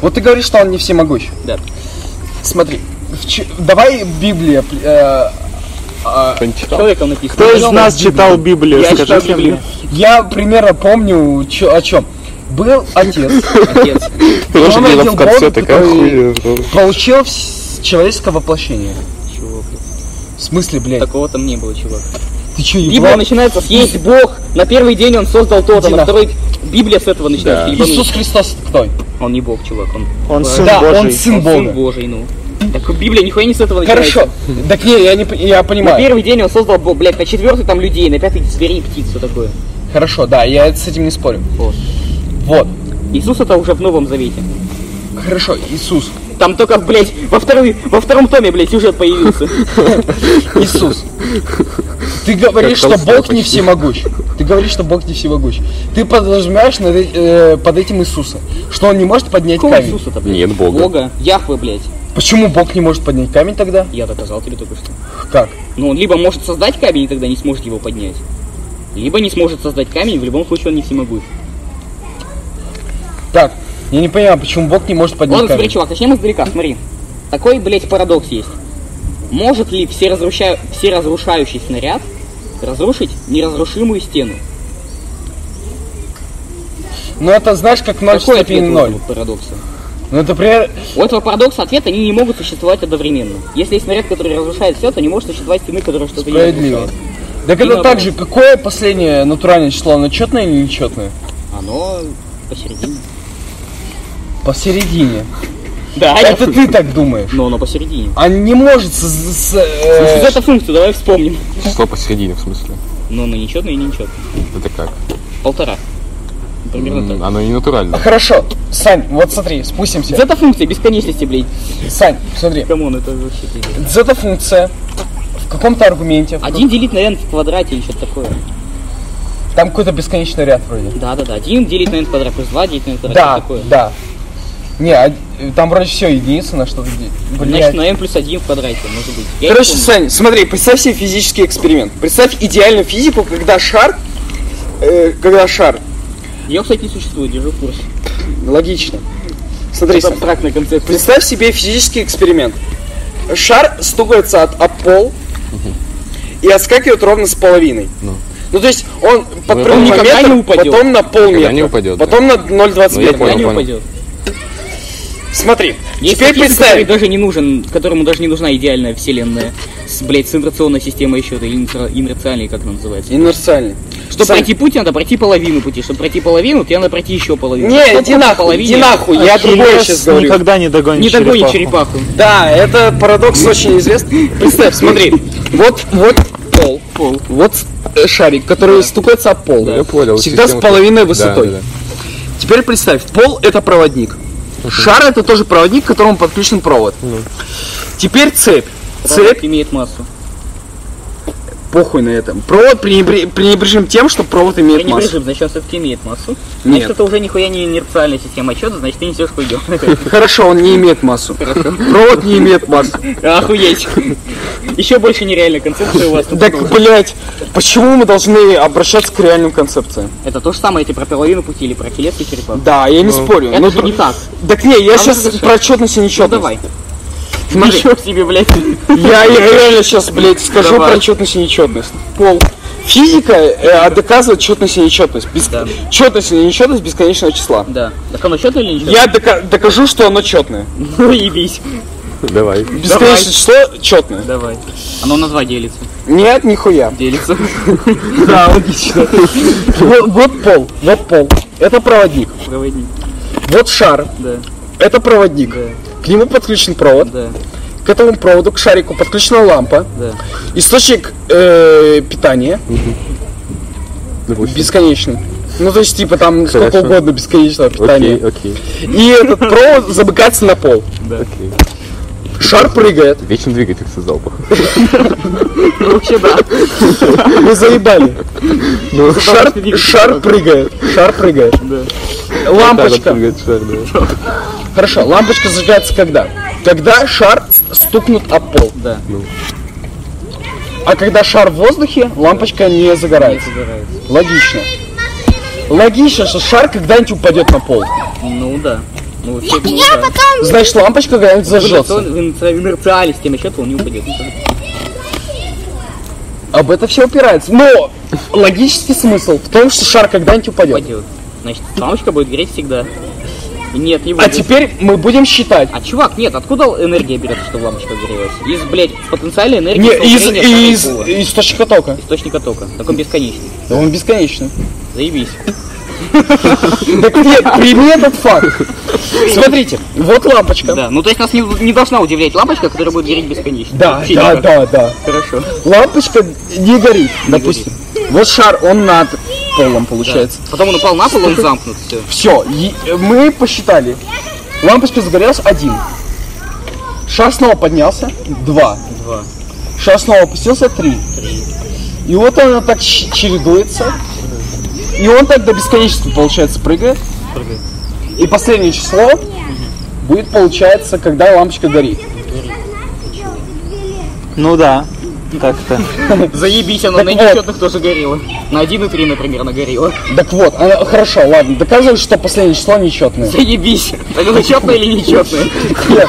[SPEAKER 2] Вот ты говоришь, что он не всемогущ.
[SPEAKER 1] Да.
[SPEAKER 2] Смотри, в чи- давай Библия. э,
[SPEAKER 5] Кто не читал?
[SPEAKER 1] Человеком написано.
[SPEAKER 3] Кто из
[SPEAKER 1] Ёлка.
[SPEAKER 3] нас читал Библию?
[SPEAKER 1] Я читал
[SPEAKER 3] Скажите
[SPEAKER 1] Библию.
[SPEAKER 3] мне.
[SPEAKER 2] Я примерно помню чё- о чем. Был отец,
[SPEAKER 1] Отец.
[SPEAKER 5] Потому что
[SPEAKER 2] он
[SPEAKER 5] где-то
[SPEAKER 2] один
[SPEAKER 5] в конце
[SPEAKER 2] бог,
[SPEAKER 5] такая
[SPEAKER 2] который-
[SPEAKER 5] хуйня. что-
[SPEAKER 2] получил вс- человеческое воплощение.
[SPEAKER 1] Чувак,
[SPEAKER 2] В смысле, блядь?
[SPEAKER 1] Такого там не было, чувак.
[SPEAKER 2] Ты че,
[SPEAKER 1] Библия
[SPEAKER 2] ебал?
[SPEAKER 1] начинается с «Есть Бог». На первый день он создал то-то,
[SPEAKER 2] Иди
[SPEAKER 1] на
[SPEAKER 2] нахуй.
[SPEAKER 1] второй... Библия с этого начинается. ебанутый.
[SPEAKER 2] Иисус Христос кто?
[SPEAKER 1] Он не Бог, чувак. Он,
[SPEAKER 3] Он сын
[SPEAKER 2] Да, он
[SPEAKER 3] Божий.
[SPEAKER 2] сын
[SPEAKER 1] он сын
[SPEAKER 2] Бога.
[SPEAKER 1] Божий, ну. Так Библия нихуя не с этого начинается.
[SPEAKER 2] Хорошо. Так не, я не, п- я
[SPEAKER 1] На
[SPEAKER 2] понимаю.
[SPEAKER 1] первый день он создал Бог, блядь, на четвертый там людей, на пятый зверей и птиц, все такое.
[SPEAKER 2] Хорошо, да, я с этим не спорю.
[SPEAKER 1] Вот.
[SPEAKER 2] Вот.
[SPEAKER 1] Иисус это уже в Новом Завете.
[SPEAKER 2] Хорошо, Иисус.
[SPEAKER 1] Там только, блядь, во, второй, во втором томе, блядь, сюжет
[SPEAKER 5] [LAUGHS]
[SPEAKER 1] появился.
[SPEAKER 2] Иисус. Ты говоришь, что
[SPEAKER 5] Толстой
[SPEAKER 2] Бог не
[SPEAKER 5] почти.
[SPEAKER 2] всемогущ. Ты говоришь, что Бог не всемогущ. Ты подразумеваешь над э- э, под этим Иисуса, что он не может поднять
[SPEAKER 1] Какого
[SPEAKER 2] камень.
[SPEAKER 1] Иисуса-то, блядь?
[SPEAKER 5] Нет бога.
[SPEAKER 1] Бога, Яхве, блядь.
[SPEAKER 2] Почему Бог не может поднять камень тогда?
[SPEAKER 1] Я доказал тебе только что.
[SPEAKER 2] Как?
[SPEAKER 1] Но он либо может создать камень и тогда не сможет его поднять, либо не сможет создать камень, и в любом случае он не всемогущ.
[SPEAKER 2] Так, я не понимаю, почему Бог не может поднять
[SPEAKER 1] Ладно, смотри,
[SPEAKER 2] камень.
[SPEAKER 1] чувак, начнем издалека, смотри. Такой, блядь, парадокс есть. Может ли все, разрушающий разрушающий снаряд разрушить неразрушимую стену?
[SPEAKER 2] Ну это знаешь, как 0 в
[SPEAKER 1] Какой
[SPEAKER 2] степени
[SPEAKER 1] ответ у этого
[SPEAKER 2] 0.
[SPEAKER 1] парадокса?
[SPEAKER 2] Ну, например,
[SPEAKER 1] У этого парадокса ответ, они не могут существовать одновременно. Если есть снаряд, который разрушает все, то не может существовать стены, которая что-то не
[SPEAKER 2] справедливо.
[SPEAKER 1] разрушает.
[SPEAKER 2] Так
[SPEAKER 1] И
[SPEAKER 2] это
[SPEAKER 1] наоборот.
[SPEAKER 2] так же, какое последнее натуральное число, оно четное или нечетное?
[SPEAKER 1] Оно посередине.
[SPEAKER 2] Посередине.
[SPEAKER 1] Да,
[SPEAKER 2] Это ты так думаешь.
[SPEAKER 1] но оно посередине.
[SPEAKER 2] А не может с- с- э,
[SPEAKER 1] Эту функцию давай вспомним.
[SPEAKER 5] Число посередине, в смысле.
[SPEAKER 1] Но оно нечетное и нечетное.
[SPEAKER 5] Это как?
[SPEAKER 1] Полтора. Примерно так.
[SPEAKER 5] М, Оно не натурально.
[SPEAKER 2] Хорошо, Сань, вот смотри, спустимся.
[SPEAKER 1] Зета-функция бесконечности, блядь.
[SPEAKER 2] Сань, смотри,
[SPEAKER 1] Камон, это вообще пиздец.
[SPEAKER 2] зета-функция в каком-то аргументе, в как-
[SPEAKER 1] Один делить на n в квадрате или что-то такое.
[SPEAKER 2] там какой-то бесконечный ряд вроде.
[SPEAKER 1] Да-да-да, один делить на n в квадрат плюс два делить на n в квадрат,
[SPEAKER 2] Да,
[SPEAKER 1] что-то А такое.
[SPEAKER 2] да. Не, а- там вроде все единица на что-то де-
[SPEAKER 1] Значит,
[SPEAKER 2] Блядь.
[SPEAKER 1] на n плюс один в квадрате, может быть. Я
[SPEAKER 2] Короче,
[SPEAKER 1] не помню.
[SPEAKER 2] Сань, смотри, представь себе физический эксперимент. Представь идеальную физику, когда шар, э, когда шар,
[SPEAKER 1] Её, кстати, не существует, держу Типа в курсе.
[SPEAKER 2] логично. Смотри,
[SPEAKER 1] Это
[SPEAKER 2] Сань,
[SPEAKER 1] абстрактная концепция.
[SPEAKER 2] представь себе физический эксперимент. Шар стукается от, от пол и отскакивает ровно с половиной.
[SPEAKER 5] Ну.
[SPEAKER 2] Ну, то есть он подпрыгнул
[SPEAKER 1] Он
[SPEAKER 2] на
[SPEAKER 1] никогда
[SPEAKER 2] метр,
[SPEAKER 1] не упадет.
[SPEAKER 2] потом на полметра,
[SPEAKER 5] не упадет, да.
[SPEAKER 2] потом на
[SPEAKER 5] Ну, я
[SPEAKER 2] 0,25
[SPEAKER 5] понял,
[SPEAKER 1] Она не
[SPEAKER 5] понял.
[SPEAKER 1] упадет.
[SPEAKER 2] Смотри,
[SPEAKER 1] Есть
[SPEAKER 2] теперь
[SPEAKER 1] статист, который
[SPEAKER 2] представь,
[SPEAKER 1] даже не нужен, которому даже не нужна идеальная вселенная с, блядь, с инерционной системой еще, или инерци- инерциальной, как она называется.
[SPEAKER 2] инерциальный.
[SPEAKER 1] Чтобы
[SPEAKER 2] Сань,
[SPEAKER 1] пройти путь, надо пройти половину пути. Чтобы пройти половину, тебе надо пройти еще половину.
[SPEAKER 2] Не,
[SPEAKER 1] Чтобы
[SPEAKER 2] иди
[SPEAKER 1] по
[SPEAKER 2] нахуй,
[SPEAKER 1] половине- А
[SPEAKER 2] иди нахуй, я другое
[SPEAKER 3] Черепас
[SPEAKER 2] сейчас говорю.
[SPEAKER 3] никогда не догонит
[SPEAKER 1] Не догонит
[SPEAKER 3] черепаху.
[SPEAKER 1] черепаху.
[SPEAKER 2] Да, это парадокс очень известный. Представь, смотри, вот, вот пол,
[SPEAKER 1] Пол.
[SPEAKER 2] вот э, шарик, который стукается об пол.
[SPEAKER 5] Я понял.
[SPEAKER 2] Всегда с
[SPEAKER 5] система-
[SPEAKER 2] половиной
[SPEAKER 5] Да,
[SPEAKER 2] высотой.
[SPEAKER 5] да, да.
[SPEAKER 2] Теперь представь, пол это проводник. Шар это тоже проводник, к которому подключен провод.
[SPEAKER 5] Ну.
[SPEAKER 2] Теперь цепь.
[SPEAKER 1] Цепь
[SPEAKER 2] Цепь,
[SPEAKER 1] имеет массу.
[SPEAKER 2] похуй на этом. Провод пренебре- пренебрежим тем, что провод имеет массу.
[SPEAKER 1] Пренебрежим, значит, он все-таки имеет массу.
[SPEAKER 2] Нет.
[SPEAKER 1] Значит, это уже нихуя не инерциальная система отчета, значит, ты несешь хуйню.
[SPEAKER 2] Хорошо, он не имеет массу. Провод не имеет массу.
[SPEAKER 1] [LAUGHS] Охуеть. Еще больше нереальная концепция у вас. тут.
[SPEAKER 2] Так, блять, почему мы должны обращаться к реальным концепциям?
[SPEAKER 1] Это то же самое, ты про половину пути или про телец и черепаху.
[SPEAKER 5] Ну.
[SPEAKER 2] Да, я не спорю.
[SPEAKER 1] Это
[SPEAKER 2] но
[SPEAKER 1] же не
[SPEAKER 2] др-
[SPEAKER 1] так.
[SPEAKER 2] Так не, я
[SPEAKER 1] А ну
[SPEAKER 2] сейчас
[SPEAKER 1] хорошо.
[SPEAKER 2] про четность и нечетность.
[SPEAKER 1] Ну давай.
[SPEAKER 2] Смотри,
[SPEAKER 1] себе, блядь.
[SPEAKER 2] я я реально сейчас, блядь, скажу
[SPEAKER 1] Давай.
[SPEAKER 2] про четность и нечетность. Пол. Физика э, доказывает четность и нечетность. Бес-
[SPEAKER 1] Да.
[SPEAKER 2] Четность и нечетность бесконечного числа.
[SPEAKER 1] Да. Так оно счетное или ничего?
[SPEAKER 2] Я дока- докажу, что оно четное.
[SPEAKER 1] Ну, ебись.
[SPEAKER 5] Давай.
[SPEAKER 2] Бесконечное число четное.
[SPEAKER 1] Давай. Оно на два делится.
[SPEAKER 2] Нет, нихуя.
[SPEAKER 1] Делится.
[SPEAKER 2] [LAUGHS] Да, логично. Вот вот пол, вот пол. Это проводник.
[SPEAKER 1] Проводник.
[SPEAKER 2] Вот шар.
[SPEAKER 1] Да.
[SPEAKER 2] Это проводник. К нему подключен провод.
[SPEAKER 1] Да.
[SPEAKER 2] К этому проводу, к шарику подключена лампа.
[SPEAKER 1] Да.
[SPEAKER 2] Источник э, питания
[SPEAKER 5] Допустим.
[SPEAKER 2] бесконечный. Ну, то есть, типа, там сколько
[SPEAKER 5] Хорошо.
[SPEAKER 2] угодно бесконечного питания.
[SPEAKER 5] Окей, окей,
[SPEAKER 2] И этот провод замыкается на пол.
[SPEAKER 5] окей.
[SPEAKER 2] Шар прыгает.
[SPEAKER 5] Вечно двигатель создал, похоже.
[SPEAKER 1] Вообще, да.
[SPEAKER 2] Вы заебали.
[SPEAKER 5] Ну,
[SPEAKER 2] Шар, шар прыгает. Шар прыгает.
[SPEAKER 5] шар
[SPEAKER 2] Лампочка.
[SPEAKER 5] отпрыгает, шар, да.
[SPEAKER 2] Хорошо, лампочка зажигается когда? Когда шар стукнут об пол.
[SPEAKER 1] Да.
[SPEAKER 5] Ну.
[SPEAKER 2] А когда шар в воздухе, лампочка не загорается. Логично. Логично, что шар когда-нибудь упадет на пол.
[SPEAKER 1] Ну да. Ну вообще, ну да.
[SPEAKER 2] Значит, лампочка когда-нибудь зажжется.
[SPEAKER 1] В инерци- в инерциальности на счет он не упадет.
[SPEAKER 2] Об это все упирается. Но логический смысл в том, что шар когда-нибудь упадет.
[SPEAKER 1] Упадет. Значит, лампочка будет греть всегда. И Нет, не
[SPEAKER 2] А
[SPEAKER 1] будет.
[SPEAKER 2] теперь мы будем считать.
[SPEAKER 1] А чувак, нет, откуда энергия берется, чтобы лампочка грелась? Из, блядь, потенциальной энергии
[SPEAKER 2] Не, из,
[SPEAKER 1] столкновения шара и
[SPEAKER 2] из,
[SPEAKER 1] пола.
[SPEAKER 2] источника тока.
[SPEAKER 1] источника тока. Так он бесконечный.
[SPEAKER 2] Да он бесконечный.
[SPEAKER 1] Заебись.
[SPEAKER 2] Так нет, прими этот факт. Смотрите, вот лампочка.
[SPEAKER 1] Да, ну то есть нас не, не должна удивлять лампочка, которая будет гореть бесконечно.
[SPEAKER 2] Да,
[SPEAKER 1] Вообще
[SPEAKER 2] да,
[SPEAKER 1] никак.
[SPEAKER 2] да, да.
[SPEAKER 1] Хорошо.
[SPEAKER 2] Лампочка не горит, допустим. Вот шар, он над полом получается.
[SPEAKER 1] Потом он упал на пол, он замкнут, все.
[SPEAKER 2] Все, э, мы посчитали. Лампочка загорелась один. Шар снова поднялся. Два.
[SPEAKER 1] Два.
[SPEAKER 2] Шар снова опустился. Три. И вот она так щ- чередуется. И он так до бесконечности, получается, прыгает. И последнее число будет, получается, когда лампочка горит.
[SPEAKER 3] Ну да, так-то.
[SPEAKER 1] Заебись, она
[SPEAKER 2] Так
[SPEAKER 1] на
[SPEAKER 2] вот.
[SPEAKER 1] нечетных тоже горела. На 1,3, например, она горела.
[SPEAKER 2] Так вот, она- хорошо, ладно, доказывай, что последнее число
[SPEAKER 1] [LAUGHS]
[SPEAKER 2] нечетное.
[SPEAKER 1] Заебись. Так она четная или нечетная?
[SPEAKER 2] Я,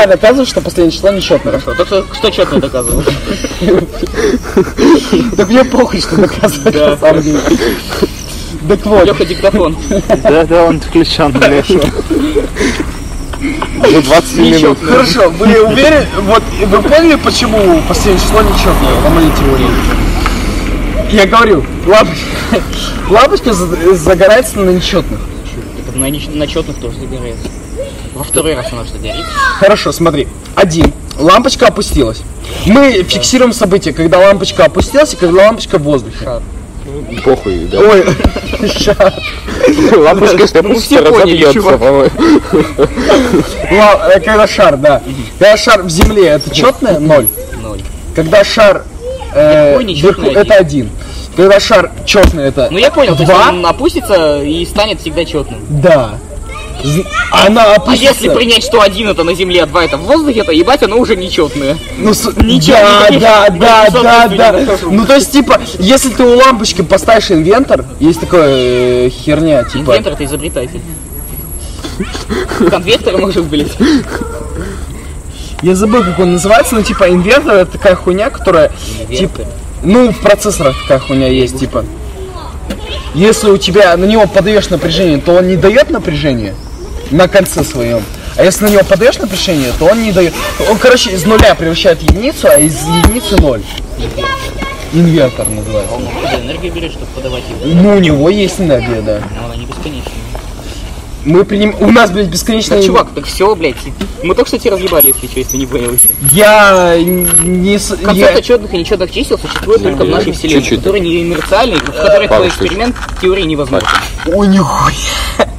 [SPEAKER 2] я доказываю, что последнее число нечетное.
[SPEAKER 1] Хорошо, так что, что четное доказывал?
[SPEAKER 2] Так мне похуй, что доказывать на самом деле. Так вот,
[SPEAKER 1] Леха диктофон.
[SPEAKER 3] Да-да, он включен, блядь.
[SPEAKER 5] За 20 минут.
[SPEAKER 2] Хорошо, вы уверены? Вот и вы поняли, почему последнее число нечетное по моей теории? Я говорю, [LAUGHS] лапочка, лапочка за- загорается на нечетных.
[SPEAKER 1] Так На, неч- на четных тоже загорается. Во второй раз она что горит.
[SPEAKER 2] Хорошо, смотри. Один. Лампочка опустилась. Мы фиксируем событие, когда лампочка опустилась и когда лампочка в воздухе.
[SPEAKER 5] Похуй, да.
[SPEAKER 2] Ой, шар.
[SPEAKER 5] Лампочка,
[SPEAKER 1] все
[SPEAKER 5] что просто
[SPEAKER 1] поняли,
[SPEAKER 5] разобьется,
[SPEAKER 1] чувак.
[SPEAKER 5] по-моему.
[SPEAKER 2] Ла- э, Когда шар, да. Когда шар в земле, это четное? Ноль.
[SPEAKER 1] Ноль.
[SPEAKER 2] Когда шар э,
[SPEAKER 1] Ой, ничего,
[SPEAKER 2] вверху,
[SPEAKER 1] один.
[SPEAKER 2] это один. Когда шар четный, это
[SPEAKER 1] Ну я понял, то есть
[SPEAKER 2] Два?
[SPEAKER 1] он опустится и станет всегда четным.
[SPEAKER 2] да. З- Она
[SPEAKER 1] А
[SPEAKER 2] опустится.
[SPEAKER 1] если принять, что один это на земле, а два это в воздухе, то ебать оно уже нечетное.
[SPEAKER 2] Ну, с-
[SPEAKER 1] Ничего,
[SPEAKER 2] да,
[SPEAKER 1] никаких [LAUGHS]
[SPEAKER 2] да, да,
[SPEAKER 1] экзотов
[SPEAKER 2] да,
[SPEAKER 1] не
[SPEAKER 2] да.
[SPEAKER 1] нахожу.
[SPEAKER 2] Ну то есть типа, если ты у лампочки поставишь инвентор, есть такая э, херня типа.
[SPEAKER 1] Инвентор это изобретатель. Конвектор может, блять.
[SPEAKER 2] Я забыл, как он называется, но типа инвентор это такая хуйня, которая типа, ну в процессорах такая хуйня есть типа. Если у тебя на него подаешь напряжение, то он не дает напряжение на конце своем. А если на него подаешь напряжение, то он не дает. Он, короче, из нуля превращает в единицу, а из единицы ноль. Инвертор называется.
[SPEAKER 1] Энергию берет, чтобы подавать его,
[SPEAKER 2] Ну, у него есть энергия, да.
[SPEAKER 1] но она не бесконечная.
[SPEAKER 2] Мы приним... У нас, блядь, бесконечная...
[SPEAKER 1] Так, чувак, так все, блядь. Мы только что тебя разъебали, если что, если не понял еще.
[SPEAKER 2] Я не... с-
[SPEAKER 1] Концепт
[SPEAKER 2] Я...
[SPEAKER 1] отчетных и нечетных чисел существует только в нашей вселенной,
[SPEAKER 5] Чуть-чуть.
[SPEAKER 1] которые не инерциальны, в которых
[SPEAKER 5] Пару
[SPEAKER 1] твой эксперимент в теории невозможен.
[SPEAKER 2] Ой, нихуя.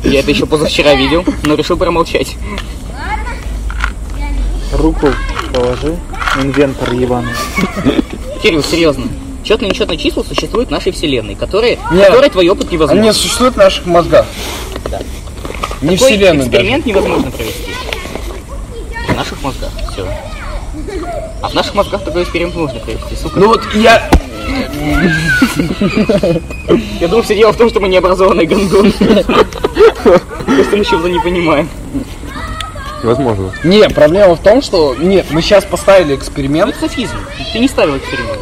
[SPEAKER 1] Я это еще позавчера видел, но решил промолчать.
[SPEAKER 3] Руку положи, инвентор ебаный.
[SPEAKER 1] Кирилл, серьезно. Четные и нечетные числа существуют в нашей вселенной, которые,
[SPEAKER 2] Нет.
[SPEAKER 1] которые твой опыт невозможен.
[SPEAKER 2] Они существуют в наших мозгах. Не
[SPEAKER 1] Такой
[SPEAKER 2] вселенной даже.
[SPEAKER 1] эксперимент невозможно провести. В наших мозгах все. А в наших мозгах такой эксперимент можно провести, сука.
[SPEAKER 2] Ну вот я...
[SPEAKER 1] Я думал, все дело в том, что мы [LAUGHS] не образованные гандоны. Просто мы чего-то не понимаем.
[SPEAKER 5] Возможно.
[SPEAKER 2] Не, проблема в том, что... Нет, мы сейчас поставили эксперимент.
[SPEAKER 1] Софизм. Ты не ставил эксперимент.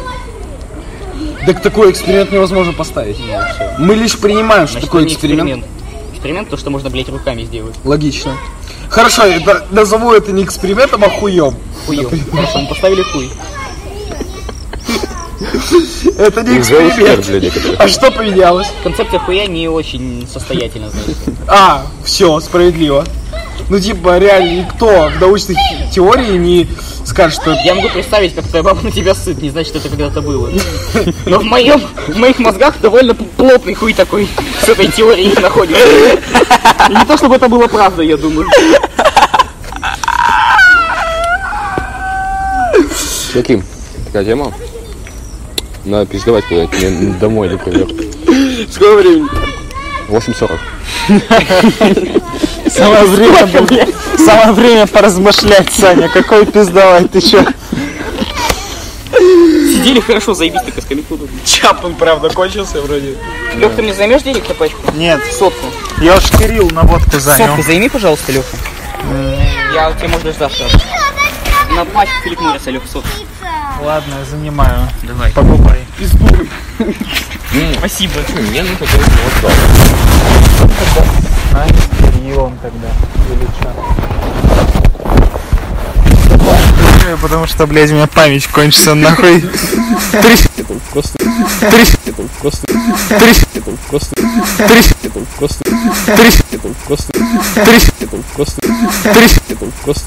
[SPEAKER 1] Ну,
[SPEAKER 2] Так такой эксперимент невозможно поставить. Мы лишь принимаем, что
[SPEAKER 1] Значит,
[SPEAKER 2] такое
[SPEAKER 1] это не
[SPEAKER 2] эксперимент.
[SPEAKER 1] эксперимент. Эксперимент, то, что можно, блядь, руками сделать.
[SPEAKER 2] Логично. Хорошо, я на- назову это не экспериментом, а хуем.
[SPEAKER 1] Хуёв. Хорошо, мы поставили хуй.
[SPEAKER 2] Это не
[SPEAKER 5] Уже эксперт
[SPEAKER 2] эксперимент.
[SPEAKER 5] для некоторых.
[SPEAKER 2] А что поменялось?
[SPEAKER 1] Концепция хуя не очень состоятельна, знаешь.
[SPEAKER 2] А, все, справедливо. Ну, типа, реально, никто в научной хи- теории не скажет, что...
[SPEAKER 1] Я могу представить, как твоя баба на тебя сыт, не значит, что это когда-то было. Но в моем, в моих мозгах довольно п- плотный хуй такой с этой теорией находится. Не то, чтобы это было правда, я думаю.
[SPEAKER 5] Каким? Такая тема. Надо пиздовать куда-то, мне домой, например.
[SPEAKER 7] Сколько времени?
[SPEAKER 5] 8.40.
[SPEAKER 3] Самое время, блядь, самое время поразмышлять, Саня. Какой пиздавай ты чё?
[SPEAKER 1] Сидели хорошо, заебись ты каскаликуду.
[SPEAKER 2] Чапан, правда, кончился вроде.
[SPEAKER 1] Лех, ты мне займешь денег на пачку?
[SPEAKER 3] Нет,
[SPEAKER 1] Сотку.
[SPEAKER 3] я уж Кирилл на водку занял.
[SPEAKER 1] Сотку займи, пожалуйста, Леха. Я тебе, может, даже завтра. На пачку Филипп Морриса, Леха, сотку.
[SPEAKER 3] Ладно, я занимаю.
[SPEAKER 1] Давай.
[SPEAKER 3] Покупай.
[SPEAKER 1] Спасибо.
[SPEAKER 5] Мне нужно только вот так.
[SPEAKER 3] А, с Кириллом тогда. Или чё? Потому что, блядь, у меня память кончится нахуй. Три- Три- Три- Три- Три- Три- Три-